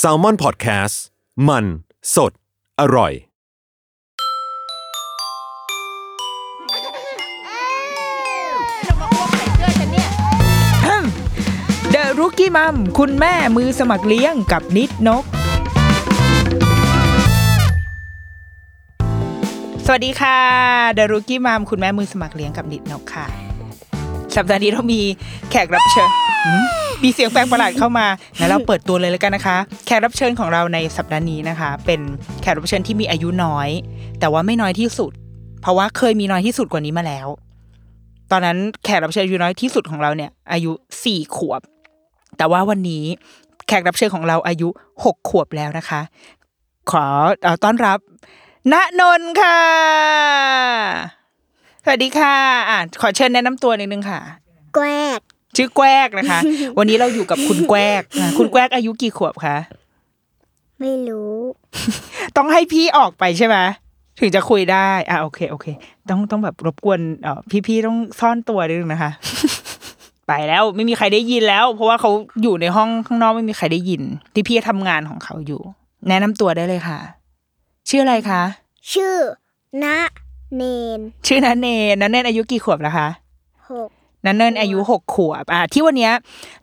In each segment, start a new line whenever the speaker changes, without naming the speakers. s a l ม o n PODCAST มันสดอร่อย
จะมาควบใส่เสื้อฉันเนี่ย
เดอะรุกี้มัมคุณแม่มือสมัครเลี้ยงกับนิดนก สวัสดีค่ะเดอะรุกี้มัมคุณแม่มือสมัครเลี้ยงกับนิดนกค่ะ สัปดาห์นี้เรามีแขกรับเชิญหืมมีเสียงแปลกประหลาดเข้ามางั้นเราเปิดตัวเลยแล้วกันนะคะ แขกรับเชิญของเราในสัปดาห์นี้นะคะ เป็นแขกรับเชิญที่มีอายุน้อย แต่ว่าไม่น้อยที่สุด เพราะว่าเคยมีน้อยที่สุดกว่านี้มาแล้ว ตอนนั้นแขกรับเชิญอายุน้อยที่สุดของเราเนี่ย อายุสี่ขวบ แต่ว่าวันนี้แขกรับเชิญของเราอายุหกขวบแล้วนะคะ ขอเอ่อต้อนรับณนนท์ค่ะ สวัสดีค่ะอ่ะ ขอเชิญแนะนำตัวนิดนึงค่ะ
แกรก
ชื่อแกวกนะคะ วันนี้เราอยู่กับคุณแกวกอ่ะคุณแกวกอายุกี่ขวบคะ
ไม่รู้
ต้องให้พี่ออกไปใช่ไหมถึงจะคุยได้อ่ะโอเคโอเค ต้องต้องแบบรบกวนเอ่อพี่ๆต้องซ่อนตัวนิดนึงนะคะ ไปแล้วไม่มีใครได้ยินแล้ว เพราะว่าเขาอยู่ในห้องข้างนอกไม่มีใครได้ยิน ที่พี่ทำงานของเขาอยู่ แนะนำตัวได้เลยค่ะ ชื่ออะไรคะ
ชื่อนะเนน
ชื่อนันเนนนันเนนอายุกี่ขวบแล้วคะ
หก
นันเนนอายุหกขวบอ่ะที่วันเนี้ย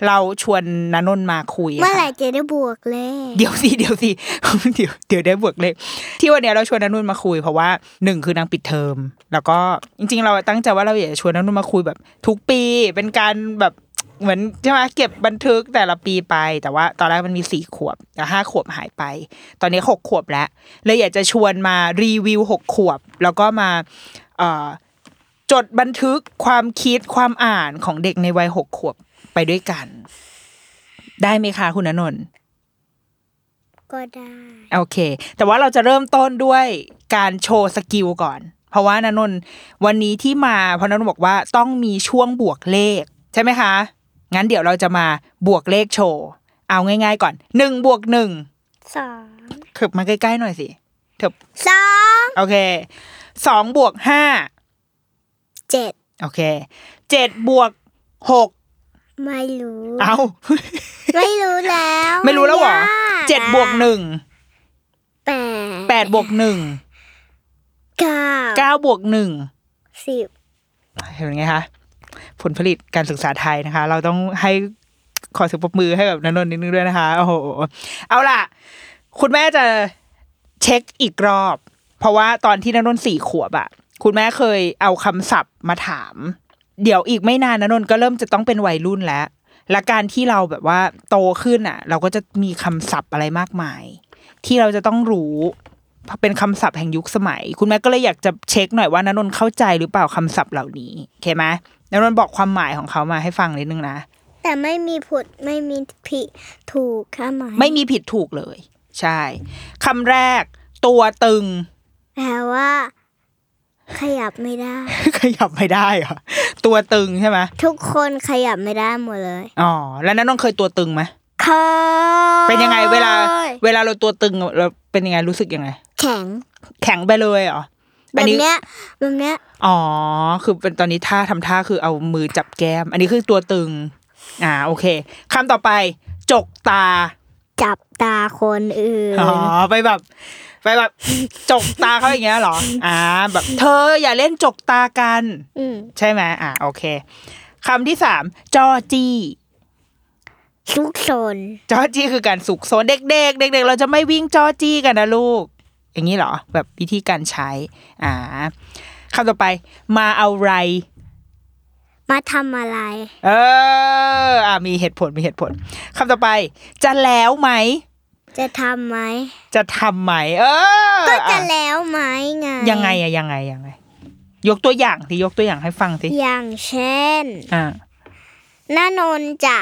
เราชวนนันนนมาคุยอะค่ะ
เมื่อไหร่จะได้บวกเลข
เดี๋ยวสิเดี๋ยวสิ เดี๋ยวเดี๋ยวได้บวกเลขที่วันเนี้ยเราชวนนันนุ่นมาคุยเพราะว่าหนึ่งคือนางปิดเทอม แล้วก็จริง ๆ เราตั้งใจว่าเราอยากจะชวนนันนุ่นมาคุยแบบ ทุกปีเป็นการแบบเหมือนใช่ไหมเก็บบันทึกแต่ละปีไป แต่ว่าตอนแรกมันมีสี่ขวบแต่ห้าขวบหายไป ตอนนี้หกขวบแล้วเลยอยากจะชวนมารีวิวหกขวบ แล้วก็มาเอ่อจดบันทึกความคิดความอ่านของเด็กในวัยหกขวบไปด้วยกัน ได้ไหมคะคุณณนนท์
ก็ได้
โอเค แต่ว่าเราจะเริ่มต้นด้วยการโชว์สกิลก่อน เพราะว่านนนท์วันนี้ที่มาเพราะนนท์บอกว่าต้องมีช่วงบวกเลข ใช่ไหมคะ งั้นเดี๋ยวเราจะมาบวกเลขโชว์ เอาง่ายๆก่อนหนึ่งบวกหนึ่ง
สอง
ขึบมาใกล้ๆหน่อยสิ
สอง
โอเคสองบวกห้า
เจ็ด
โอเคเจ็ดบวกหก
ไม่รู้
เอา
ไม่รู้แล้ว
ไม่รู้แล้วเหรอเจ็ดบวกหนึ่ง
แปด
แปดบวกหนึ่ง
เก้า
เก้าบวกหนึ่ง
สิบ
เห็นไงคะผลผลิตการศึกษาไทยนะคะ เราต้องให้ขอเสียงปรบมือให้แบบนันนนนิดนึงด้วยนะคะโอ้โหเอาล่ะ คุณแม่จะเช็คอีกรอบ เพราะว่าตอนที่นันนนสี่ขวบอะคุณแม่เคยเอาคำศัพท์มาถาม เดี๋ยวอีกไม่นานนันนนก็เริ่มจะต้องเป็นวัยรุ่นแล้ว และการที่เราแบบว่าโตขึ้นอะเราก็จะมีคำศัพท์อะไรมากมาย ที่เราจะต้องรู้ เป็นคำศัพท์แห่งยุคสมัย คุณแม่ก็เลยอยากจะเช็คหน่อยว่านนนท์เข้าใจหรือเปล่าคำศัพท์เหล่านี้โอเคไหมนนท์บอกความหมายของเขามาให้ฟังนิดนึงนะ
แต่ไม่มีผุดไม่มีผิดถูกค่ะหมาย
ไม่มีผิดถูกเลย ใช่คำแรก ตัวตึง
แปลว่า ขยับไม่ได้
ขยับไม่ได้เหรอตัวตึงใช่ไหม
ทุกคนขยับไม่ได้หมดเลย
อ๋อแล้วนนท์เคยตัวตึงไหม
เคย
เป็นยังไงเวลา เวลาเราตัวตึงเราเป็นยังไงรู้สึกยังไง
แข็ง
แข็งไปเลยเหรอ
แบ
อัน
บ
นี้
เนี้ยแบบเนี้ย
อ๋อคือเป็นตอนนี้ท่าทำท่าคือเอามือจับแก้ม อันนี้คือตัวตึง อ่าโอเคคำต่อไป จกตา
จับตาคนอื่น
อ๋อไปแบบ ไปแบบ จกตาเขาอย่างเงี้ยเหรอ อ่า แบบ เธออย่าเล่นจกตากัน
อืม
ใช่ไหมอ่าโอเคคำที่สามจอจี้
ซุกซน
จอจี้คือการสุกโซนเด็กๆเด็ก ๆ เราจะไม่วิ่งจอจี้กันนะลูก อย่างนี้เหรอ แบบวิธีการใช้ อ่าคำต่อไป มาเอาไร
มาทำอะไร
เออ อ่ามีเหตุผลมีเหตุผลคำต่อไป จะแล้วไหม
จะทำไหม
จะทำไหม เออ
ก็จะ
อ่ะ
แล้วไหมไง
ยังไงอะยังไงยังไง ยกตัวอย่างสิยกตัวอย่างให้ฟังสิ
อย่างเช่น
อ่า
น้านนท์จะ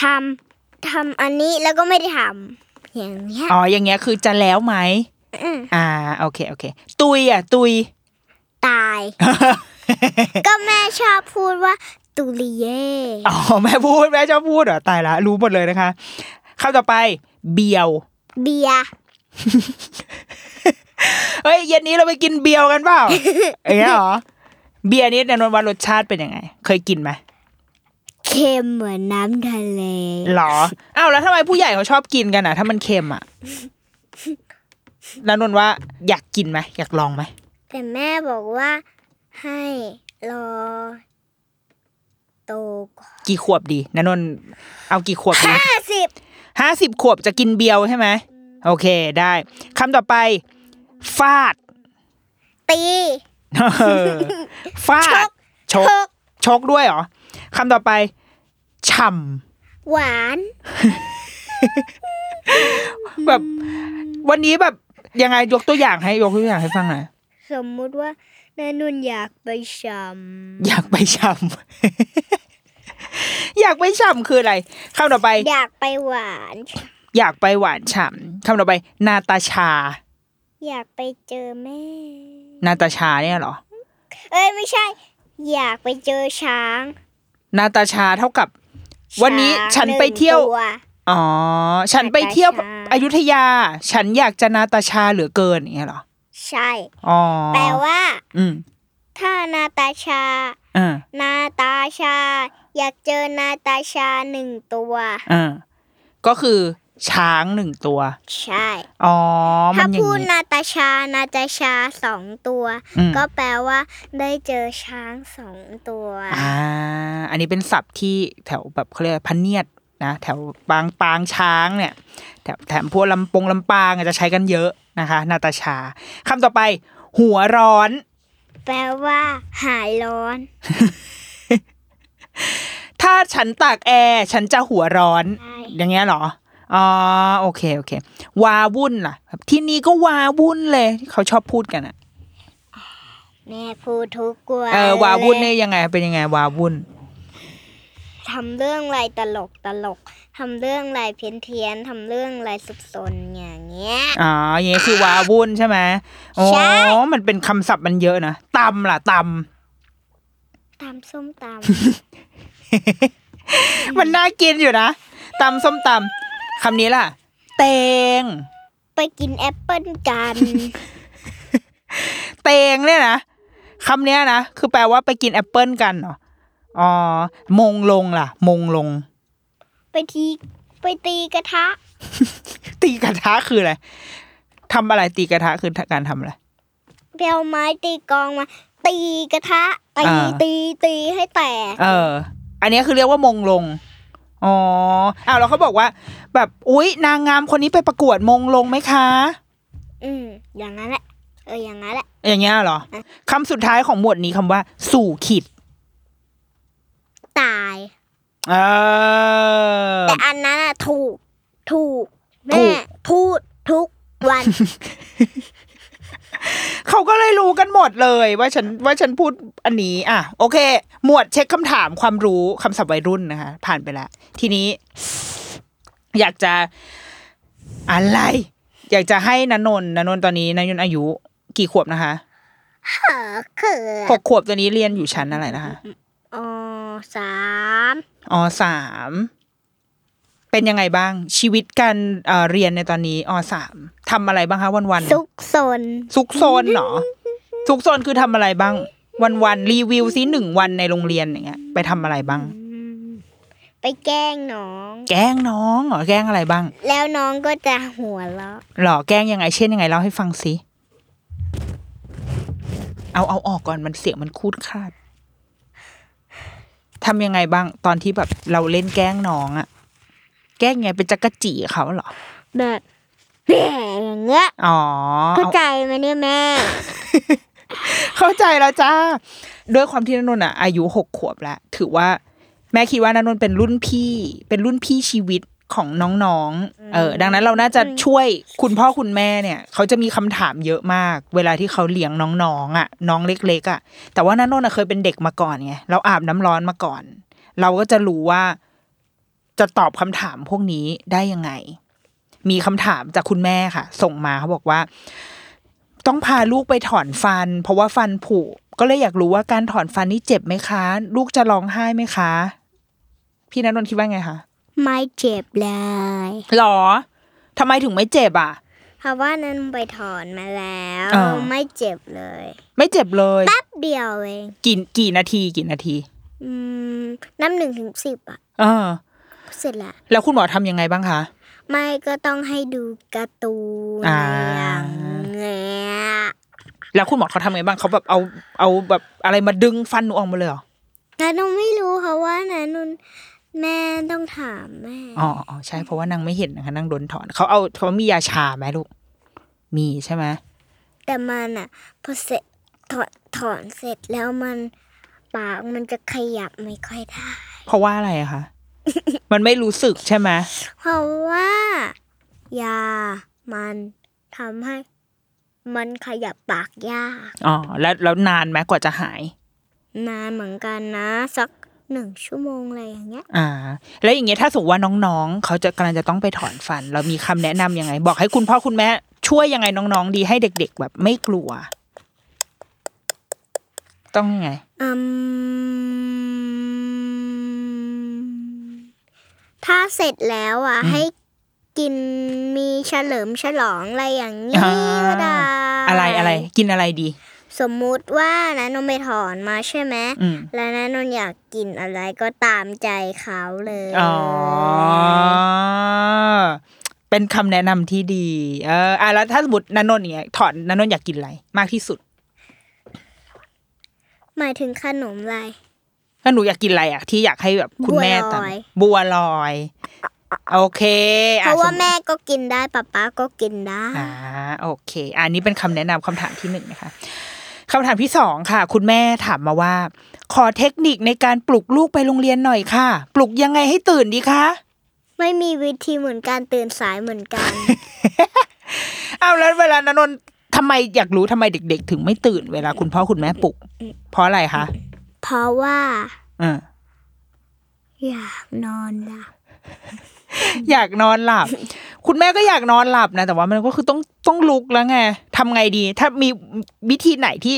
ทำทำอันนี้แล้วก็ไม่ได้ทำอย่างเนี้ย
อ๋อ อย่างเงี้ยคือจะแล้วไหม
อืม
อ่า โอเค โอเค ตุยอ่ะ ตุย
ตาย ก็แม่ชอบพูดว่าตุลิเย่
อ๋อ แม่พูด แม่ชอบพูดเหรอ ตายละ รู้หมดเลยนะคะคำต่อไป เบียว
เบียร์
เฮ้ย เย็นนี้เราไปกินเบียวกันเป ล่า อย่างเงี้ยเหรอ เบียร์นี้แนนนท์ว่ารสชาติเป็นยังไง เคยกินไหม
เข เค็มเหมือนน้ำทะเล
หรอ อ้าวแล้วทำไมผู้ใหญ่เขาชอบกินกันอ่ะ ถ้ามันเค็มอ่ะแล้วนนท์ว่าอยากกินไหมอยากลองไหม
แต่แม่บอกว่าให้รอโตก่อน
กี่ขวบดีนนนท์เอากี่ขวบดี
ห้าสิบ
ห้าสิบขวบจะกินเบียวใช่ไหมโอเคได้คำต่อไป ฟาด
ตี
เออฟาด ชก
หก
ชกด้วยเหรอคำต่อไปฉ่
หวาน
ำแบบ วันนี้แบบยังไงยกตัวอย่างให้ยกตัวอย่างให้ฟังหน่อย
สมมุติว่านานุนอยากไปชำ
อยากไปฉ่ำ อยากไปฉ่ำ คืออะไรคำต่อไป
อยากไปหวาน
อยากไปหวานฉ่ำคำต่อไป นาตาชา
อยากไปเจอแม่
นาตาชาเนี่ยเหรอ
เอ้ยไม่ใช่ อยากไปเจอช้าง
นาตาชาเท่ากับ วันนี้
ช้าง
ฉันไปเที่ยว
หนึ่งตั
อ๋อ ฉันไปเที่ยว
นาตาชา
อยุธยา ฉันอยากจะนาตาชาเหลือเกินอย่างเงี้ยเหรอ
ใช่
อ๋อ
แปลว่า
อืม
ถ้านาตาชา
อ่า
นาตาชา อยากเจอนาตาชาหนึ่งตัว
อ่าก็คือช้างหนึ่งตัว
ใช่
อ๋อ มั
ถ้าน
อย่า
พู
ง
ด
นี้
นาตาชา นาตาชาสองตัว
อืม
ก็แปลว่า ได้เจอช้างสองตัว
อ่า อันนี้เป็นศัพท์ที่แถวแบบเขาเรียกอะไรพะเนียดนะ แถวปางปางช้างเนี่ย แถวแถมพวกลำปงลำปางอาจจะใช้กันเยอะนะคะ นาตาชาคำต่อไป หัวร้อน
แปลว่า หายร้อน
ถ้าฉันตากแอร์ฉันจะหัวร้อน
ใช่
อย่างเงี้ยเหรอ อ๋อโอเคโอเค วาวุ่นล่ะ ที่นี่ก็วาวุ่นเลยที่เขาชอบพูดกันอะ
แม่พูดทุกวัน
เออวาวุ่น
เลย
เนี่ยยังไงเป็นยังไงวาวุ่น
ทำเรื่องอะไรตลกตลก ทำเรื่องอะไรเพี้ยนเพียนๆทำเรื่องอะไรสุบสนอย่างเงี้ย
อ๋ออย่างเงี้ยคือวาวุ่นใช่ไหมโอ้
ใช่
มันเป็นคำศัพท์มันเยอะนะตำล่ะตำ
ตำส้มต
มันน่ากินอยู่นะตำส้มตำคำนี้ล่ะ เตง
ำ ไปกินแอปเปิ้ลกัน
เตงเนี่ยนะคำเนี้ยนะคือแปลว่าไปกินแอปเปิลกันเหรออ๋อมงลงล่ะ มงลง
ไปทีไปตีกระทะ
ตีกระทะคืออะไรทำอะไรตีกระทะคือการทำอะไร
เปลวไม้ตีกลองมา ตีกระทะ ตี
อ่า
ตีตีให้แตก
เออ อันนี้คือเรียกว่ามงลง อ๋ออ้าวแล้วเขาบอกว่า แบบอุ๊ย นางงามคนนี้ไปประกวดมงลงไหมคะ
อืม อย่างนั้นแหละ เออ อย่างนั้นแหละ
อย่างเงี้ยเหรอคำสุดท้ายของหมวดนี้คำว่า สู่ขิด
ตาย
เออ
แต่อันนั้นอะถูก ถูก แม่
ถูก
พูดทุกวัน
เขาก็เลยรู้กันหมดเลยว่าฉันว่าฉันพูดอันนี้อ่ะโอเค หมวดเช็คคำถามความรู้คำศัพท์วัยรุ่นนะคะ ผ่านไปแล้ว ทีนี้ อยากจะอะไร อยากจะให้นันนนท์นันนนท์ตอนนี้นันนนท์อายุ กี่ขวบนะคะ
เออเขิน
หกขวบตัวนี้เรียนอยู่ชั้นอะไรนะคะ
อ๋อสาม
อสามเป็นยังไงบ้าง ชีวิตการเอ่อเรียนในตอนนี้อสามทำอะไรบ้างคะวันวันๆ
ซุกซน
ซุกซนเหรอ ซุกซนคือทำอะไรบ้าง วันวันๆรีวิวซิหนึ่งวันในโรงเรียนอย่างเงี้ย ไปทำอะไรบ้าง
ไปแกล้งน้อง
แกล้งน้องเหรอแกล้งอะไรบ้าง
แล้วน้องก็จะหัวเราะ
หรอแกล้งยังไงเช่นยังไงเล่าให้ฟังสิเอาเอาออกก่อนมันเสียงมันคูดคลาดทำยังไงบ้าง ตอนที่แบบเราเล่นแกล้งน้องอะแกล้งยังไงเป็นจักรจีเขาเหรอ
แบบแบบอย่างเงี้ย
อ๋อ
เข้า
เอา
ใจไหมเนี่ยแม่
เข้าใจแล้วจ้า ด้วยความที่นนนท์อ่ะ อายุหกขวบแล้ว ถือว่า แม่คิดว่านนนท์เป็นรุ่นพี่ เป็นรุ่นพี่ชีวิตของน้องๆ เออ ดังนั้นเราน่าจะช่วยคุณพ่อคุณแม่เนี่ย เขาจะมีคำถามเยอะมาก เวลาที่เขาเลี้ยงน้องๆอ่ะ น้องเล็กๆอ่ะ แต่ว่านนนท์อะเคยเป็นเด็กมาก่อนไง เราอาบน้ำร้อนมาก่อน เราก็จะรู้ว่าจะตอบคำถามพวกนี้ได้ยังไง มีคำถามจากคุณแม่ค่ะ ส่งมาเขาบอกว่า ต้องพาลูกไปถอนฟัน เพราะว่าฟันผุก็เลยอยากรู้ว่าการถอนฟันนี่เจ็บไหมคะ ลูกจะร้องไห้ไหมคะ พี่นันนนท์คิดว่าไงคะ
ไม่เจ็บเลย
หรอทำไมถึงไม่เจ็บอ่ะ
เพราะว่านั้นไปถอนมาแล้ว
อ่า
ไม่เจ็บเลย
ไม่เจ็บเลย
แป๊บเดียวเอง
กี่กี่นาทีกี่นาที
อืมนับหนึ่งถึงสิบอ่ะ
เออ
เสร็จละ
แล้วคุณหมอทำยังไงบ้างคะ
ไม่ก็ต้องให้ดูการ์ตูน
อ่า
อย่างเงี้ย
แล้วคุณหมอเขาทำไงบ้างเขาแบบเอาเอาแบบอะไรมาดึงฟันหนูออกมาเลยเหรอ
นานุนไม่รู้เพราะว่านานุนแม่ต้องถามแม่
อ๋ออ๋อใช่เพราะว่านางไม่เห็นนะคะนางโดนถอนเขาเอาเขามียาชาไหมลูกมีใช่ไหม
แต่มันอ่ะพอเสร็จถอนถอนเสร็จแล้วมันปากมันจะขยับไม่ค่อยได้
เพราะว่าอะไรอะคะ มันไม่รู้สึกใช่ไหม
เพราะว่า ยามันทำให้ มันขยับปากยาก
อ๋อแล้วแล้วนานไหมกว่าจะหาย
นานเหมือนกันนะ สักหนึ่งชั่วโมงอะไรอย่างเงี้ย
อ่า แล้วอย่างเงี้ยถ้าสมมติว่าน้องๆเขาจะกำลังจะต้องไปถอนฟัน เรามีคำแนะนำยังไง บอกให้คุณพ่อคุณแม่ช่วยยังไงน้องๆ ดีให้เด็ก ๆ แบบไม่กลัว ต้องยังไง
อืม ถ้าเสร็จแล้วอ่ะ ให้กินมีเฉลิมฉลองอะไรอย่างนี้
อ่า
ก็ได้
อะไรอะไรกินอะไรดี
สมมุติว่านะนนไปถอนมาใช่ไหม
อืม
แล้วนะนนอยากกินอะไรก็ตามใจเขาเลย
อ๋อ เป็นคำแนะนำที่ดี เอออ่ะแล้วถ้าสมมตินันนนท์อย่างเงี้ยถอนนันนนท์อยากกินอะไรมากที่สุด
หมายถึงขนมอะไร
ถ้าหนูอยากกินอะไรอ่ะที่อยากให้แบบคุณแม่
บัวล
ตั
อย
บัวลอย โอเค
เพ
อ่
ราะว่า
สติ
แม่ก็กินได้ป๊าป๊าก็กินได้
อ่าโอเค อันนี้เป็นคำแนะนำคำถามที่หนึ่งนะคะคำถามที่สองค่ะ คุณแม่ถามมาว่า ขอเทคนิคในการปลุกลูกไปโรงเรียนหน่อยค่ะ ปลุกยังไงให้ตื่นดีคะ
ไม่มีวิธีเหมือนการตื่นสายเหมือน กัน
เอาวแล้วเวลานนนท์ทำไมอยากรู้ทำไมเด็ก ๆ ถึงไม่ตื่นเวลาคุณพ่อคุณแม่ปลุก เพราะอะไรคะ
เพราะว่า
อ่า
อยากนอนหลับ
อยากนอนหลับ คุณแม่ก็อยากนอนหลับนะ แต่ว่ามันก็คือต้องต้องลุกแล้วไงทำไงดี ถ้ามีวิธีไหนที่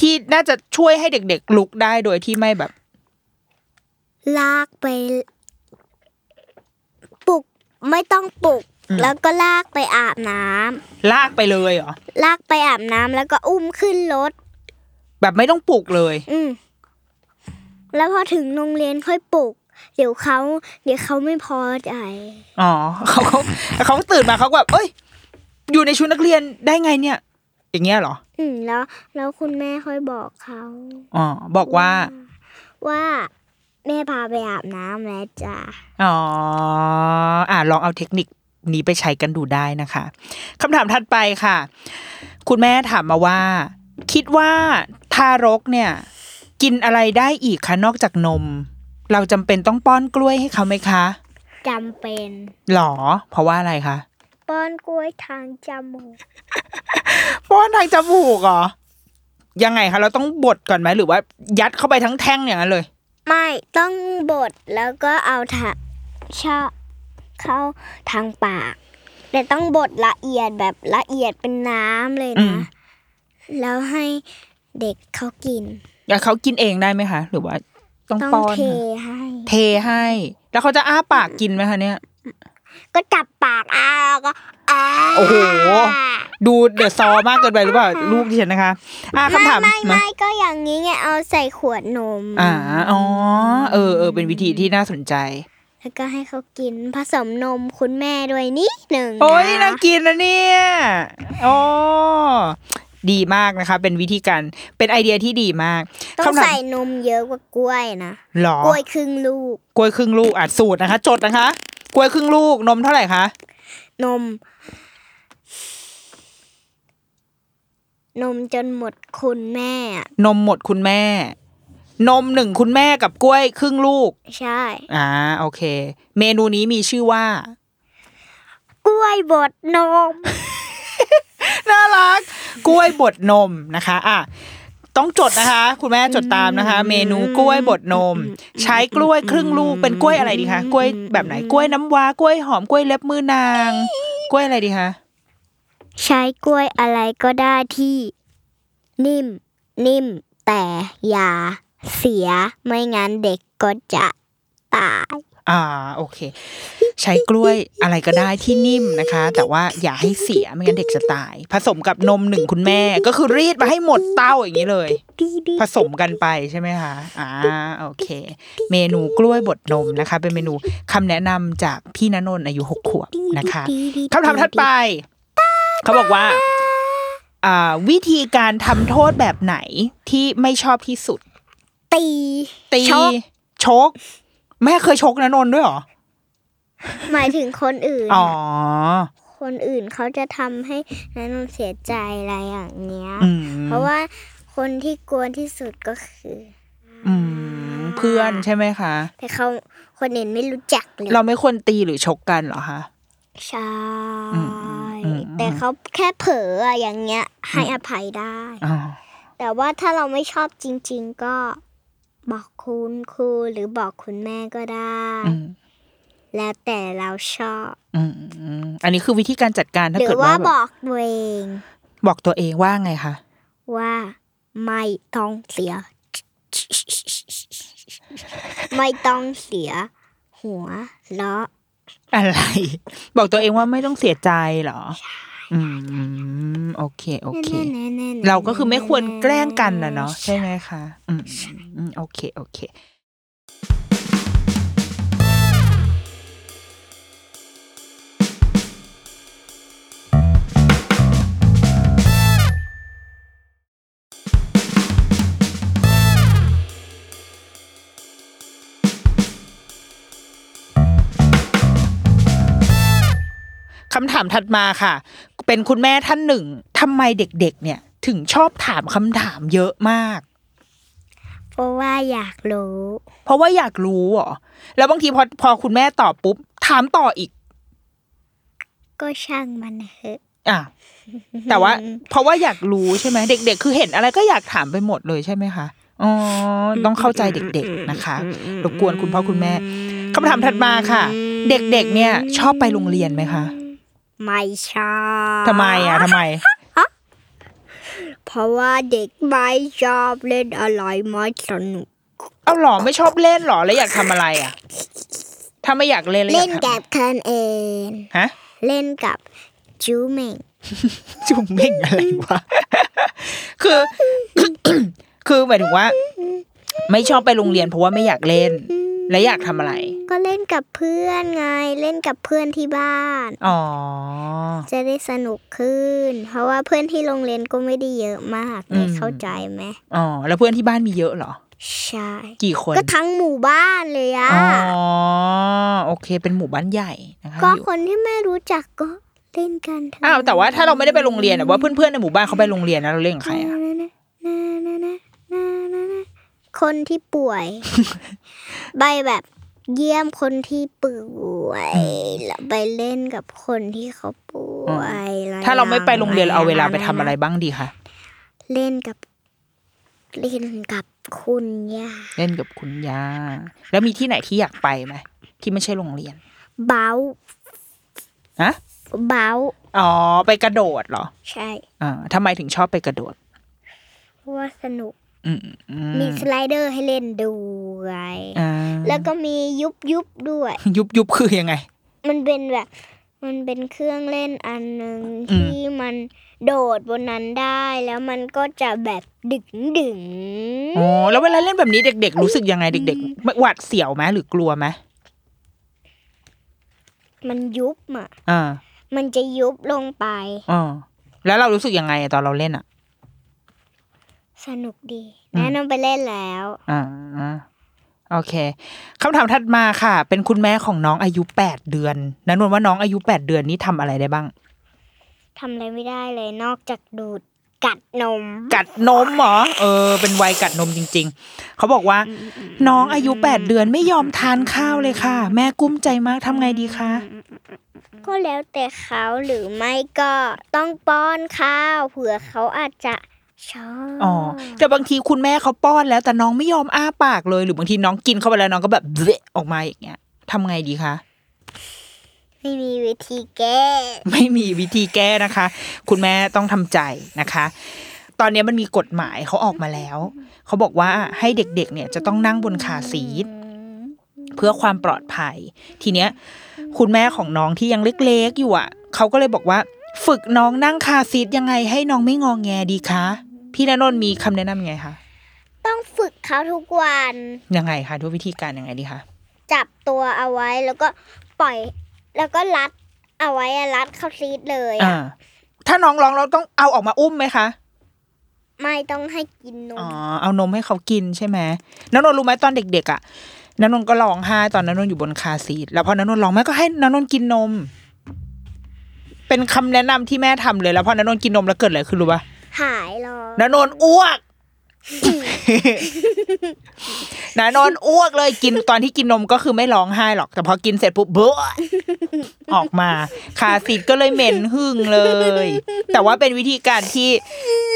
ที่น่าจะช่วยให้เด็ก ๆ ลุกได้โดยที่ไม่แบบ
ลากไปปลุกไม่ต้องปลุก
อืม
แล้วก็ลากไปอาบน้ำ
ลากไปเลยเหรอ
ลากไปอาบน้ำแล้วก็อุ้มขึ้นรถ
แบบไม่ต้องปลุกเลย
อืมแล้วพอถึงโรงเรียนค่อยปลุก เดี๋ยวเขาเดี๋ยวเขาไม่พอใจ
อ๋อ เขาเขาเขาตื่นมาเขาก็แบบเอ้ย อยู่ในชุดนักเรียนได้ไงเนี่ย อย่างเงี้ยเหรอ
อืมแล้ว แล้วคุณแม่ค่อยบอกเขา
อ๋อ บอกว่า
ว่า แม่พาไปอาบน้ำแล้วจ้ะ
อ๋อ อ่าลองเอาเทคนิคนี้ไปใช้กันดูได้นะคะคำถามถัดไปค่ะ คุณแม่ถามมาว่า คิดว่าทารกเนี่ย กินอะไรได้อีกคะนอกจากนม เราจำเป็นต้องป้อนกล้วยให้เขาไหมคะ
จำเป็น
หรอ เพราะว่าอะไรคะ
ป้อนกล้วยทางจมูก
ป้อนทางจมูกเหรอยังไงคะเราต้องบดก่อนไหมหรือว่ายัดเข้าไปทั้งแท่งอย่างนั้นเลย
ไม่ต้องบดแล้วก็เอาทะชะเข้าทางปาก แต่ต้องบดละเอียดแบบละเอียดเป็นน้ำเลย
อืม
นะ แล้วให้เด็กเขากิน
แล้วเขากินเองได้ไหมคะ หรือว่าต้อง
ต้อง
ป้อน
เทให้
เทให้ แล้วเขาจะอ้าปากกินไหมคะเนี่ย
ก็จับปากอ้าแล้วก็อ้า
โอ้โห ดูเดอะซอมากเกินไปหรือเปล่าลูกดิฉันนะคะอ่ะ
ไม่
คำถาม
ไม่
มา
ไม่ก็อย่างนี้ไงเอาใส่ขวดนม
อ่าอ๋อเออเออเป็นวิธีที่น่าสนใจ
แล้วก็ให้เขากินผสมนมคุณแม่ด้วยนิดหนึ่ง
โอ้ย
นะ
น่ากินนะเนี่ยอ๋อดีมากนะคะ เป็นวิธีการเป็นไอเดียที่ดีมาก
ต้อง
คำถาม
ใส่นมเยอะกว่ากล้วยนะ
หรอก
ล้วยครึ่งลูก
กล้วยครึ่งลูกอัดสูตรนะคะ จดนะคะ กล้วยครึ่งลูกนมเท่าไหร่คะ
นม นมจนหมดคุณแม่อะ
นมหมดคุณแม่ นมหนึ่งคุณแม่กับกล้วยครึ่งลูก
ใช่
อ่าโอเค เมนูนี้มีชื่อว่า
กล้วยบดนม
น่ารักกล้วยบดนมนะคะ อ่ะ ต้องจดนะคะ คุณแม่จดตามนะคะ เมนูกล้วยบดนม ใช้กล้วยครึ่งลูกเป็นกล้วยอะไรดีคะกล้วยแบบไหนกล้วยน้ำว้ากล้วยหอมกล้วยเล็บมือนาง กล้วยอะไรดีคะ
ใช้กล้วยอะไรก็ได้ที่ นิ่ม นิ่ม แต่อย่าเสียไม่งั้นเด็กก็จะตาย
อ่าโอเค ใช้กล้วยอะไรก็ได้ที่นิ่มนะคะ แต่ว่าอย่าให้เสียไม่งั้นเด็กจะตาย ผสมกับนมหนึ่งคุณแม่ ก็คือรีดมาให้หมดเต้าอย่างนี้เลย ผสมกันไปใช่ไหมคะอ่าโอเค เมนูกล้วยบดนมนะคะ เป็นเมนูคำแนะนำจากพี่ณนนท์อายุหกขวบนะคะคำถามถัดไป เขาบอกว่าอ่า วิธีการทำโทษแบบไหนที่ไม่ชอบที่สุด
ตี
ตี
ชก
ชก แม่เคยชกณนนท์ด้วยเหรอ
หมายถึงคนอื่น
อ๋อ
คนอื่นเขาจะทำให้นันนท์เสียใจอะไรอย่างเนี้ย
อืม
เพราะว่าคนที่กวนที่สุดก็คือ
อืม เพื่อนใช่ไหมคะ
แต่เขาคนอื่นไม่รู้จักเลย
เราไม่ควรตีหรือชกกันเหรอคะ
ใช่
อืมอืม
แต่เขาแค่เผลออะอย่างเงี้ย ให้อภัยได้
อ๋อ
แต่ว่าถ้าเราไม่ชอบจริง ๆ ก็บอกคุณครูหรือบอกคุณแม่ก็ได้
อืม
แล้วแต่เราชอบ
อืมอืมอันนี้คือวิธีการจัดการถ้า
หรื
เกิ
อ
ด
ว่า
ว่าแบบ บอก
ตัวเอง
บอกตัวเองว่าไงคะ
ว่าไม่ต้องเสีย ไม่ต้องเสีย หัวเราะ
อะไร บอกตัวเองว่าไม่ต้องเสียใจเหรอ อืม โอเค โอเค เราก็คือไม่ควรแกล้งกันนะเนาะใช่ไหมคะ อืมอืมโอเค โอเค คำถามถัดมาค่ะ เป็นคุณแม่ท่านหนึ่งทำไมเด็กๆ เนี่ย ถึงชอบถามคำถามเยอะมาก
เพราะว่าอยากรู้
เพราะว่าอยากรู้เหรอ แล้วบางทีพอพอคุณแม่ตอบปุ๊บ ถามต่ออีก
ก็ช่างมันเถอะ
อ่ะ แต่ว่า เพราะว่าอยากรู้ใช่ไหมเด็ก ๆ คือเห็นอะไรก็อยากถามไปหมดเลยใช่ไหมคะอ๋อต้องเข้าใจเด็ก ๆ นะคะรบกวนคุณพ่อคุณแม่คำถามถัดมาค่ะ เด็ก ๆ เนี่ย ชอบไปโรงเรียนไหมคะ
ไม่ชอบ
ทำไมอ่ะทำไม
เพราะว่าเด็กไม่ชอบเล่นอะไรไม่สนุก
เอาหรอไม่ชอบเล่นหรอแล้วอยากทำอะไรอ่ะ ถ้าไม่อยากเล่นแล้วอ
เล่
ยาน กทำ
กับคนเอง
ฮะ
เล่นกับจูเหม่ง
จุ่มเม่งอะไรวะ คือ คือหมายถึงว่า ไม่ชอบไปโรงเรียนเพราะว่าไม่อยากเล่น และอยากทำอะไร
ก็เล่นกับเพื่อนไง เล่นกับเพื่อนที่บ้าน
อ๋อ
จะได้สนุกขึ้น เพราะว่าเพื่อนที่โรงเรียนก็ไม่ได้เยอะมาก
อืม
เนี่ยเข้าใจไหม
อ๋อ แล้วเพื่อนที่บ้านมีเยอะเหรอ
ใช่
กี่คน
ก็ทั้งหมู่บ้านเลยอะ
อ๋อ โอเค เป็นหมู่บ้านใหญ่นะคะ
ก็
อยู่
คนที่ไม่รู้จักก็เล่นกันทั้ง
อ้าว แต่ว่าถ้าเราไม่ได้ไปโรงเรียนอะว่าเพื่อนๆในหมู่บ้านเขาไปโรงเรียนนะเราเล่นกับใครอะ
นะนะนะนะนะนะนะคนที่ป่วย ใบแบบเยี่ยมคนที่ป่วยแล้วไปเล่นกับคนที่เขาป่วยอะ
ถ้าเราไม่ไปโรงเรียนเราเอาเวลาไปทำอะไร
น
บ้างดีคะ
เล่นกับ เล่นกับคุณย่า
เล่นกับคุณย่า แล้วมีที่ไหนที่อยากไปไหมที่ไม่ใช่โรงเรียน
เบา
ฮะ
เบา
อ๋อ ไปกระโดดเหรอ
ใช่
อ่าทำไมถึงชอบไปกระโดด
เพราะว่าสนุก
อืมอืม
มีสไลเดอร์ให้เล่นด้วย
อ่า
แล้วก็มียุบยุบด้วย
ยุบยุบคือยังไง
มันเป็นแบบ มันเป็นเครื่องเล่นอันหนึ่ง
อืม
ที่มันโดดบนนั้นได้ แล้วมันก็จะแบบดึงดึง
อ๋อแล้วเวลาเล่นแบบนี้เด็ก ๆ รู้สึกยังไงเด็กๆไม่หวาดเสียวไหมหรือกลัวไหม
มันยุบอ่ะ
อ่า
มันจะยุบลงไป
อ๋อแล้วเรารู้สึกยังไงตอนเราเล่นอ่ะ
สนุกดี
อืม
แนะนำไปเล่นแล้ว
อ่าอ่าโอเคคำถามถัดมาค่ะ เป็นคุณแม่ของน้องอายุแปดเดือนนันนวลว่าน้องอายุแปดเดือนนี่ทำอะไรได้บ้าง
ทำอะไรไม่ได้เลยนอกจากดูดกัดนม
กัดนมเหรอเออ เป็นวัยกัดนมจริง ๆ เขาบอกว่า น้องอายุแปดเดือนไม่ยอมทานข้าวเลยค่ะ แม่กุ้มใจมากทำไงดีคะ
ก็แล้วแต่เขาหรือไม่ก็ต้องป้อนข้าวเผื่อเขาอาจจะชอบ
อ๋อแต่บางทีคุณแม่เขาป้อนแล้วแต่น้องไม่ยอมอ้าปากเลย หรือบางทีน้องกินเข้าไปแล้วน้องก็แบบเละออกมาอย่างเงี้ยทำไงดีคะ
ไม่มีวิธีแก้
ไม่มีวิธีแก้นะคะ คุณแม่ต้องทำใจนะคะ ตอนนี้มันมีกฎหมายเขาออกมาแล้ว เขาบอกว่าให้เด็กๆ เนี่ยจะต้องนั่งบนคาร์ซีท เพื่อความปลอดภัย ทีเนี้ยคุณแม่ของน้องที่ยังเล็กๆอยู่อ่ะเขาก็เลยบอกว่า ฝึกน้องนั่งคาร์ซีทยังไงให้น้องไม่งองแงดีคะพี่ณนนท์มีคำแนะนำยังไงคะ
ต้องฝึกเขาทุกวัน
ยังไงคะด้วยวิธีการยังไงดีคะ
จับตัวเอาไว้แล้วก็ปล่อย แล้วก็รัดเอาไว้อะรัดเข้าซีดเลยอะ
อ่า ถ้าน้องร้องเราต้องเอาออกมาอุ้มไหมคะ
ไม่ต้องให้กินน
อ๋
ม
อ เอานมให้เขากินใช่ไหมนันนนท์รู้ไหมตอนเด็กๆอ่ะนันนนท์ก็ร้องไห้ตอนนันนนท์อยู่บนคาร์ซีทแล้วพอนันนนท์ร้องแม่ก็ให้นันนนท์กินนม เป็นคำแนะนำที่แม่ทำเลยแล้วพอนันนนท์กินนมแล้วเกิดอะไรขึ้นรู้ปะ
หายหรอ
นันนนท์อ้วก นันนนท์อ้วกเลยกินตอนที่กินนมก็คือไม่ร้องไห้หรอก แต่พอกินเสร็จปุ๊บเบ้อออกมาคาร์ซีทก็เลยเหม็นหึ่งเลย แต่ว่าเป็นวิธีการที่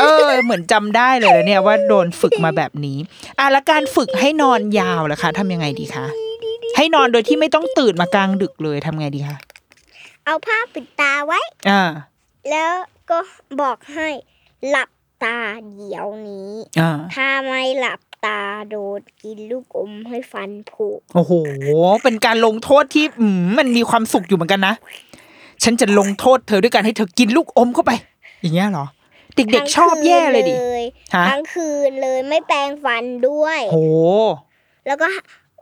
เออเหมือนจำได้เลยนะเนี่ยว่าโดนฝึกมาแบบนี้อ่ะแล้วการฝึกให้นอนยาวล่ะคะทำยังไงดีคะให้นอนโดยที่ไม่ต้องตื่นมากลางดึกเลยทำไงดีคะ
เอาผ้าปิดตาไว้
อ่า
แล้วก็บอกให้หลับตาเดี๋ยวนี้
อ่า
ถ้าไม่หลับตาโดนกินลูกอมให้ฟันผุ
โอ้โห เป็นการลงโทษที่อืมมันมีความสุขอยู่เหมือนกันนะ ฉันจะลงโทษเธอด้วยการให้เธอกินลูกอมเข้าไป อย่างเงี้ยเหรอ เด็กๆชอบแย่เลยดิ
ทั้งคืน
ฮะ
ทั้งคืนเลยไม่แปรงฟันด้วย
โอ้โห
แล้วก็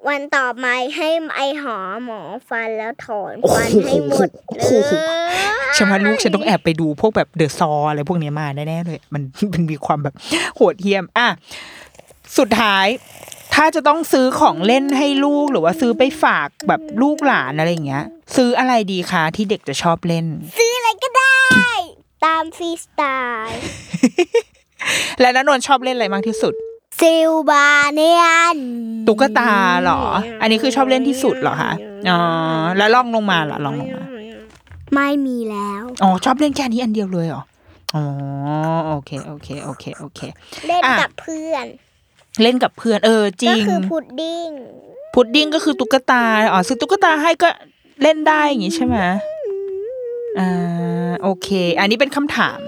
วันต่อมาให้ไอหอหมอฟันแล้วถอนฟันให้หมดเลย
ฉันว่าลูกฉันต้องแอบไปดูพวกแบบเดอะซออะไรพวกเนี้ยมาแน่ๆเลย มัน มันมีความแบบโหดเหี้ยม อ่ะ สุดท้าย ถ้าจะต้องซื้อของเล่นให้ลูกหรือว่าซื้อไปฝากแบบลูกหลานอะไรอย่างเงี้ย ซื้ออะไรดีคะที่เด็กจะชอบเล่น
ซื้ออะไรก็ได้ ตามฟรีสไตล์
และนนนท์ชอบเล่นอะไรมากที่สุด
ซิลบาเนียน
ตุ๊กตาเหรอ อันนี้คือชอบเล่นที่สุดเหรอคะ อ๋อ แล้วล่องลงมาล่ะล่องลงมา
ไม่มีแล้ว
อ๋อ ชอบเล่นแค่นี้อันเดียวเลยเหรอ อ๋อ โอเค โอเค โอเค โอเค
เล่น
อ่ะ
กับเพื่อน
เล่นกับเพื่อน เออ จ
ก็
ริง
คือพุดดิ้ง
พุดดิ้งก็คือตุ๊กตา อ๋อ ซื้อตุ๊กตาให้ก็เล่นได้อย่างงี้ใช่ไหมอ่า โอเค อันนี้เป็นคำถาม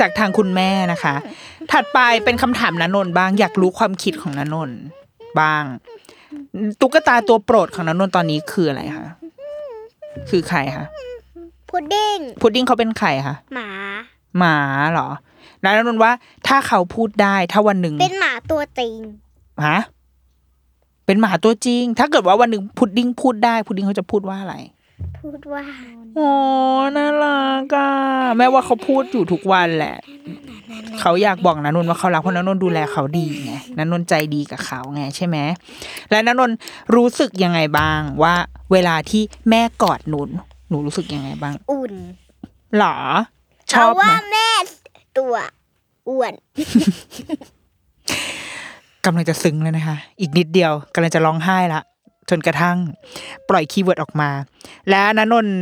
จากทางคุณแม่นะคะ ถัดไปเป็นคำถามนานนท์บ้าง อยากรู้ความคิดของนานนท์บ้าง ตุ๊กตาตัวโปรดของนานนท์ตอนนี้คืออะไรคะ คือใครคะ
พุดดิ้ง
พุดดิ้งเขาเป็นใครคะ
หมา
หมาเหรอ แล้วนนท์ว่าถ้าเขาพูดได้ถ้าวันหนึ่ง
เป็นหมาตัวจริง
ฮะเป็นหมาตัวจริง ถ้าเกิดว่าวันหนึ่งพุดดิ้งพูดได้พุดดิ้งเขาจะพูดว่าอะไร
พูดว่า
โอ้น่ารักอะแม้ว่าเขาพูดอยู่ทุกวันแหละ เขาอยากบอกนนนท์ว่าเขารักเพราะนนนท์ดูแลเขาดีไงนนนท์ใจดีกับเขาไงใช่ไหมและนนนท์รู้สึกยังไงบ้างว่า เวลาที่แม่กอดหนูหนูรู้สึกยังไงบ้าง
อุ่น
หรอ ช
เพ
อบ
ราะ
ไหม
ว่าแม่ตัวอ้วน
กำลังจะซึ้งแล้วนะคะ อีกนิดเดียวกำลังจะร้องไห้ละ จนกระทั่งปล่อยคีย์เวิร์ดออกมา และนนนท์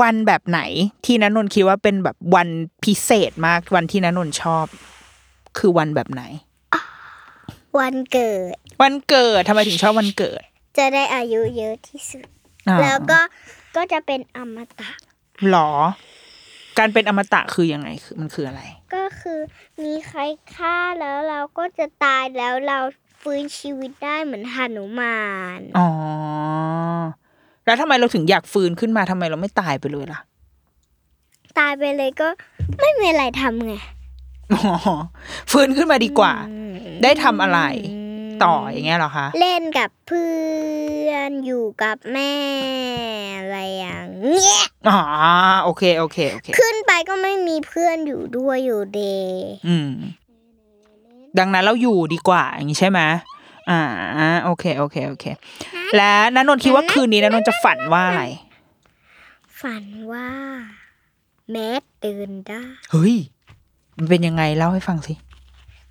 วันแบบไหนที่นนนท์คิดว่าเป็นแบบวันพิเศษมากวันที่นนนท์ชอบ คือวันแบบไหน
วันเกิด
วันเกิดทำไมถึงชอบวันเกิด
จะได้อายุเยอะที่สุด
อ่า
แล้วก็ก็จะเป็นอมตะ
หรอ การเป็นอมตะคือยังไงคือมันคืออะไร
ก็คือมีใครฆ่าแล้วเราก็จะตายแล้วเราฟื้นชีวิตได้เหมือนหนุมาน
อ๋อ แล้วทำไมเราถึงอยากฟื้นขึ้นมาทำไมเราไม่ตายไปเลยล่ะ
ตายไปเลยก็ไม่มีอะไรทำไง
อ๋อฟื้นขึ้นมาดีกว่า
อืม
ได้ทำอะไร ต่ออย่างเงี้ยเหรอคะ
เล่นกับเพื่อนอยู่กับแม่อะไรอย่างเงี้ย
อ๋อ โอเค โอเค โอเค
ขึ้นไปก็ไม่มีเพื่อนอยู่ด้วยอยู่เดย์
อืม ดังนั้นเราอยู่ดีกว่า อย่างนี้ใช่ไหมอ่า โอเค โอเค โอเค และนันนท์คิดว่าคืนนี้นันนท์จะฝันว่าอะไร
ฝันว่า แมสเดินได้
เฮ้ย มันเป็นยังไงเล่าให้ฟังสิ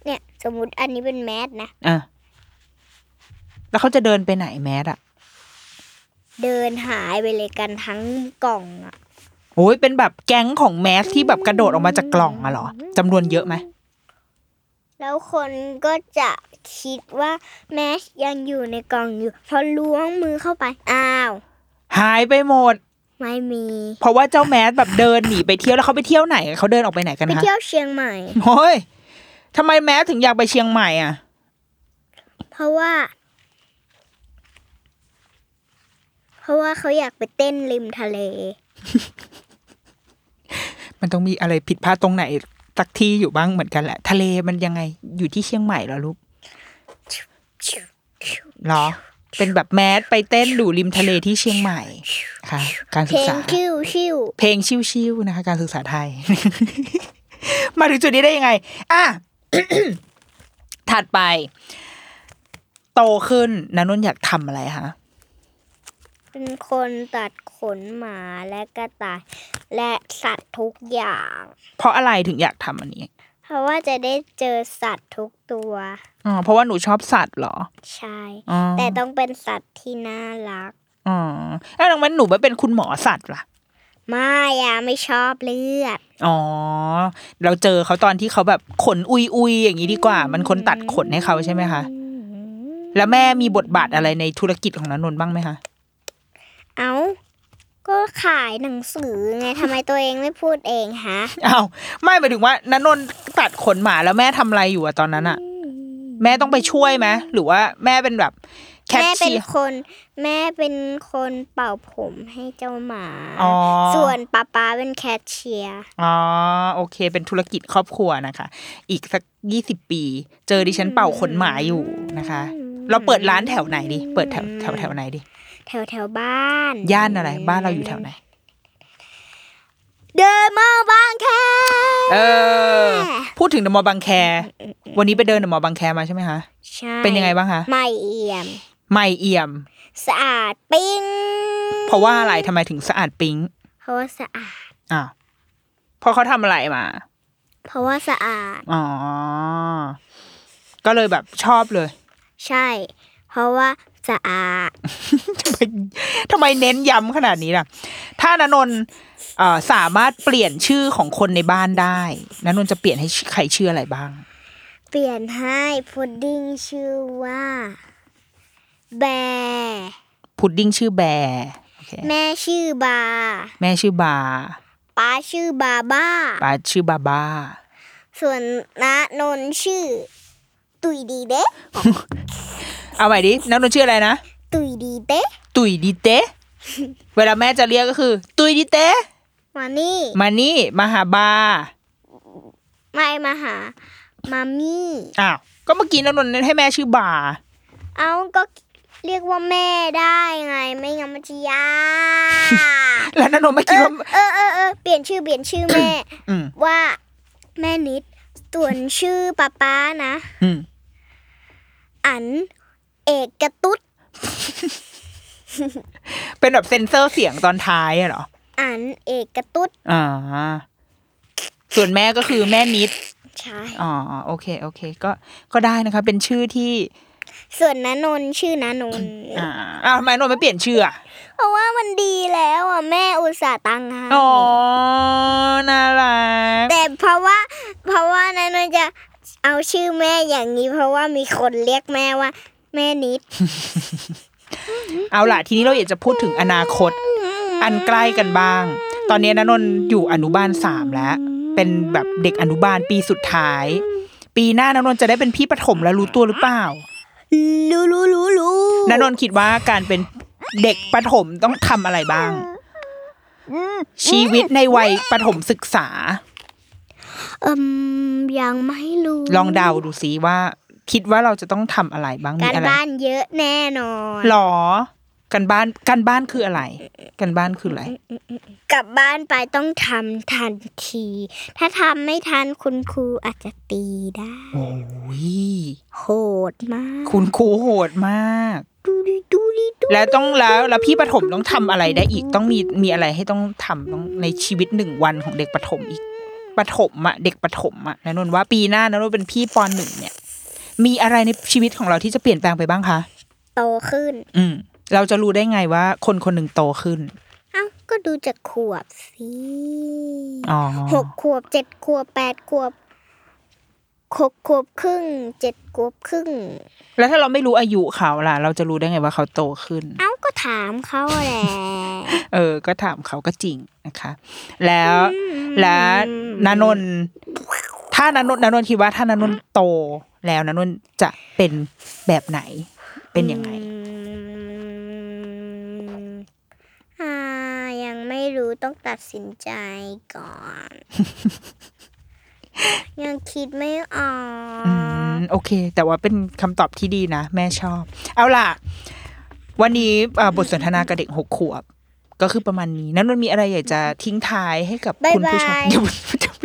เนี่ย สมมติอันนี้เป็นแมสนะ
อ่ะ แล้วเขาจะเดินไปไหนแมสอะ
เดินหายไปเลยกันทั้งกล่องอะ
โอ้ยเป็นแบบแก๊งของแมสที่แบบกระโดดออกมาจากกล่องอะเหรอจำนวนเยอะไหม
แล้วคนก็จะคิดว่าแมสยังอยู่ในกล่องอยู่ พอล้วงมือเข้าไป อ้าว
หายไปหมด
ไม่มี
เพราะว่าเจ้าแมสแบบเดินหนีไปเที่ยวแล้วเขาไปเที่ยวไหนเขาเดินออกไปไหนกัน
ไป
คะ
เที่ยวเชียงใหม่
โอ้ยทำไมแมสถึงอยากไปเชียงใหม่อ่ะ
เพราะว่า เพราะว่าเขาอยากไปเต้นริมทะเล
มันต้องมีอะไรผิดพลาดตรงไหนสักที่อยู่บ้างเหมือนกันแหละ ทะเลมันยังไงอยู่ที่เชียงใหม่เหรอลูกเหรอ เป็นแบบแมสไปเต้นดูริมทะเลที่เชียงใหม่ค่ะ การ
เพ
ศึ
ล
ก
ง
ษา
ชิวชิว
เพลงชิวๆนะคะ การศึกษาไทย มาถึงจุดนี้ได้ยังไง อ่ะ ถัดไป โตขึ้นนะนนท์อยากทำอะไรคะ
เป็นคนตัดขนหมาและกระต่าย และสัตว์ทุกอย่าง
เพราะอะไรถึงอยากทำอันนี้
เพราะว่าจะได้เจอสัตว์ทุกตัว
อ๋อเพราะว่าหนูชอบสัตว์เหรอ
ใช่
อ๋อ
แต่ต้องเป็นสัตว์ที่น่ารัก
อ๋อแล้วดังนั้นหนูไม่เป็นคุณหมอสัตว์ล่ะ
ไม่อะไม่ชอบเลือด
อ๋อ เราเจอเขาตอนที่เขาแบบขนอุยอุยๆอย่างนี้ดีกว่า มันคนตัดขนให้เขาใช่ไหมคะ แล้วแม่มีบทบาทอะไรในธุรกิจของนันนนท์บ้างไหมคะ
เอาก็ขายหนังสือไงทำไมตัวเองไม่พูดเองฮะ
อ้าวไม่หมายถึงว่านันนนท์ตัดขนหมาแล้วแม่ทำอะไรอยู่อะตอนนั้นอะแม่ต้องไปช่วยไหมหรือว่าแม่เป็นแบบแคท
แม่เป็
เชี
น
ยร์
คน แม่เป็นคนเป่าผมให้เจ้าหมา
อ๋อ
ส่วนป๊าป๊าเป็นแคชเชียร์
อ๋อโอเค เป็นธุรกิจครอบครัวนะคะ อีกสักยี่สิบปี เจอดิฉันเป่าขนหมาอยู่นะคะ เราเปิดร้านแถวไหนดิเปิดแถวแถวแถวไหนดิ
แถวแถวๆบ้าน
ย่านอะไรบ้านเราอยู่แถวไหน
เดินมาบางแค
เออ พูดถึงเดอะมอลล์บางแค วันนี้ไปเดินเดอะมอลล์บางแคมาใช่ไหมคะ
ใช่
เป็นยังไงบ้างคะ
ไม่เอี่ยม
ไม่เอี่ยม
สะอาดปิ้ง
เพราะว่าอะไรทำไมถึงสะอาดปิ๊ง
เพราะว่าสะอาด
อ่าวเพราะเขาทำอะไรมา
เพราะว่าสะอาด
อ๋อ ก็เลยแบบชอบเลย
ใช่ เพราะว่าสะอาด
ทำไมทำไมเน้นย้ำขนาดนี้ล่ะ ถ้านนนท์เอ่อสามารถเปลี่ยนชื่อของคนในบ้านได้นนนท์จะเปลี่ยนให้ใครชื่ออะไรบ้าง
เปลี่ยนให้พุดดิ้งชื่อว่า แบร์
พุดดิ้งชื่อแบร์โอเค
แม่ชื่อบา
แม่ชื่อบา
ป้าชื่อบาบ้า
ป้าชื่อบาบา
ส่วนนะนนท์ชื่อ ตุยดีเด้
เอาใหม่ดิน้องนนท์ชื่ออะไรนะ
ตุยดีเด้
ตุยดี เตะ เวลาแม่จะเรียกก็คือ ตุยดีเตะ
มานี่
มานี่มาหาบา
ไม่มาหามามี่
อ้าวก็เมื่อกี้น้องนนท์ให้แม่ชื่อบา
เอาก็เรียกว่าแม่ได้ไง ไม่งั้นมันจะยาก
แล้วน้องนนท์ไม่คิดว่า
เออเออเออเปลี่ยนชื่อเปลี่ยนชื่อแม่
อืม
ว่าแม่นิด ส่วนชื่อป้าป้านะ
อืม
อัน เอกกระตุ๊ด
เป็นแบบเซ็นเซอร์เสียงตอนท้ายอะเหรอ
อันเอกกระตุ๊ด
อ่าส่วนแม่ก็คือแม่นิด
ใช่
อ๋อโอเคโอเค ก็ก็ได้นะคะ เป็นชื่อที่
ส่วนนนนท์ชื่อนนนท์
อ่าอ้าวทำไมนนท์ไม่เปลี่ยนชื่ออะ
เพราะว่ามันดีแล้วอ่ะแม่อุตส่าห์ตังค์ให้
อ๋อน่ารัก
แต่เพราะว่า เพราะว่านนนท์จะเอาชื่อแม่อย่างนี้ เพราะว่ามีคนเรียกแม่ว่า แม่นิด
เอาล่ะทีนี้เราอยากจะพูดถึงอนาคต อันใกล้กันบ้าง ตอนนี้นะนนท์อยู่อนุบาลสามแล้ว เป็นแบบเด็กอนุบาลปีสุดท้าย ปีหน้านนท์จะได้เป็นพี่ประถมแล้วรู้ตัวหรือเปล่า
รู้รู้รู้รู้
นนท์คิดว่าการเป็นเด็กประถมต้องทำอะไรบ้าง ชีวิตในวัยประถมศึกษา
อืมยังไม่รู้
ลองเดาดูซิว่า คิดว่าเราจะต้องทำอะไรบ้างมี
การ
อะไร
บ้านเยอะแน่นอน
หรอกันบ้านกันบ้านคืออะไร กันบ้านคืออะไร
กลับบ้านไปต้องทำทันที ถ้าทำไม่ทันคุณครูอาจจะตีได้
โอ้ย
โหดมาก
คุณครูโหดมาก
ดูดิดูดิดู
แล้วต้องแล้วแล้วพี่ประถมต้องทำอะไรได้อีกต้องมีมีอะไรให้ต้องทำต้องในชีวิตหนึ่งวันของเด็กประถมอีกประถมอะเด็กประถมอะนะนนท์ว่าปีหน้านะนนท์เป็นพี่ปหนึ่งเนี่ย มีอะไรในชีวิตของเราที่จะเปลี่ยนแปลงไปบ้างคะ
โตขึ้น
อืม เราจะรู้ได้ไงว่าคนคนหนึ่งโตขึ้น
เอ้าก็ดูจากขวบสิ
อ๋อ
หกขวบเจ็ดขวบแปดขวบหกขวบครึ่งเจ็ดขวบครึ่ง
แล้วถ้าเราไม่รู้อายุเขาล่ะ เราจะรู้ได้ไงว่าเขาโตขึ้น
เอ้าก็ถามเขาแหละ
เออ ก็ถามเขาก็จริงนะคะ แล้วและนานนท์ถ้านานนท์นานนท์คิดว่าถ้านานนท์โตแล้วนานนท์จะเป็นแบบไหน เป็นยังไง
อืม ต้องตัดสินใจก่อน ยังคิดไม่ออ
อื
ก
มโอเค แต่ว่าเป็นคำตอบที่ดีนะ แม่ชอบ เอาล่ะ วันนี้เอ่อบทสนทนากับเด็กหกขวบ ก็คือประมาณนี้ นั้นมันมีอะไรอยากจะทิ้งท้ายให้กับ
บ๊าย
คุณผู้ชม
บาย
อย่าเพิ่งจะไป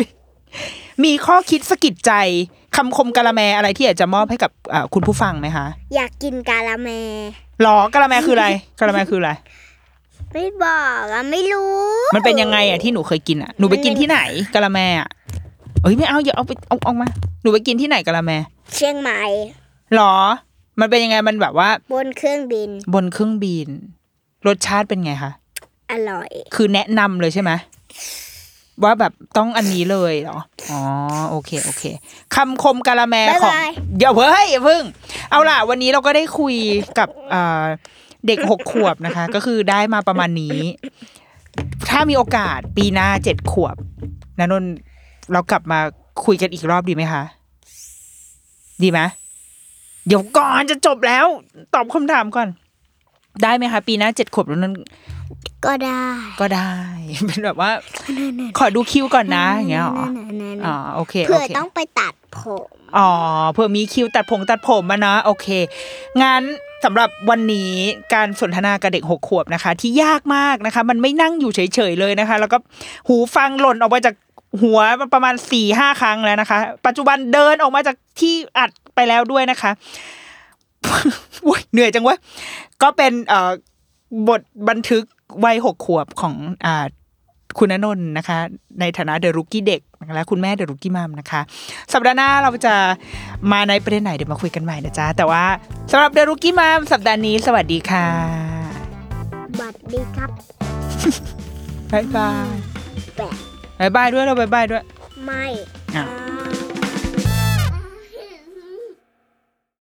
มีข้อคิดสะกิดใจคำคมกะละแมอะไรที่อยากจะมอบให้กับเอ่อคุณผู้ฟังไหมคะ
อยากกินกาละแม
หรอกะละแมคืออะไรกะละแมคืออะไร
ไม่บอกอะไม่รู้
มันเป็นยังไงอ่ะที่หนูเคยกินอ่ะหนูไปกินที่ไหนกะละแมอ่ะเอ้ยไม่เอาอย่าเอาไปเอาออกมา หนูไปกินที่ไหนกะละแม
เชียงใหม่
หรอ มันเป็นยังไงมันแบบว่า
บนเครื่องบิน
บนเครื่องบิน รสชาติเป็นไงคะ
อร่อย
คือแนะนำเลยใช่ไหมว่าแบบต้องอันนี้เลยเหรออ๋อโอเคโอเคคำคมกาละแมของ
บ๊ายบาย
อย่าเฮ้ยอย่าเพิ่ง เอาล่ะ วันนี้เราก็ได้คุยกับเอ่อเด็กหกขวบนะคะ ก็คือได้มาประมาณนี้ ถ้ามีโอกาสปีหน้าเจ็ดขวบนะนนท์เรากลับมาคุยกันอีกรอบดีไหมคะ ดีไหมเดี๋ยวก่อนจะจบแล้ว ตอบคำถามก่อน ได้ไหมคะ ปีหน้าเจ็ดขวบแล้วนั้น
ก็ได้
ก็ได้ เป็นแบบว่า ขอดูคิวก่อนนะ อย่างเงี้ยเหรอ
นั่นๆๆๆ
อ๋อโอเคโอ
เผื่อ
เค
ต้องไปตัดผม
อ๋อเพื่อมีคิวตัดผงตัดผมมานะโอเค งั้นสำหรับวันนี้การสนทนากับเด็กหกขวบนะคะ ที่ยากมากนะคะ มันไม่นั่งอยู่เฉยๆเลยนะคะ แล้วก็หูฟังหล่นออกมาจากหัวประมาณสี่ห้าครั้งแล้วนะคะ ปัจจุบันเดินออกมาจากที่อัดไปแล้วด้วยนะคะ โอ้ยเหนื่อยจังเวะก็เป็นเอ่อบทบันทึกวัยหกขวบของอ่า คุณณนนท์นะคะ ในฐานะเดอะรุกี้เด็กและคุณแม่เดอะรุกี้มัมนะคะ สัปดาห์หน้าเราจะมาในประเด็นไหนเดี๋ยวมาคุยกันใหม่นะจ๊ะ แต่ว่าสำหรับเดอะรุกี้มัมสัปดาห์นี้สวัสดีค่ะ
บัดดีครับ
บ๊ายบาย บ๊ายบายด้วยเราบ๊ายบายด้วย
ไม่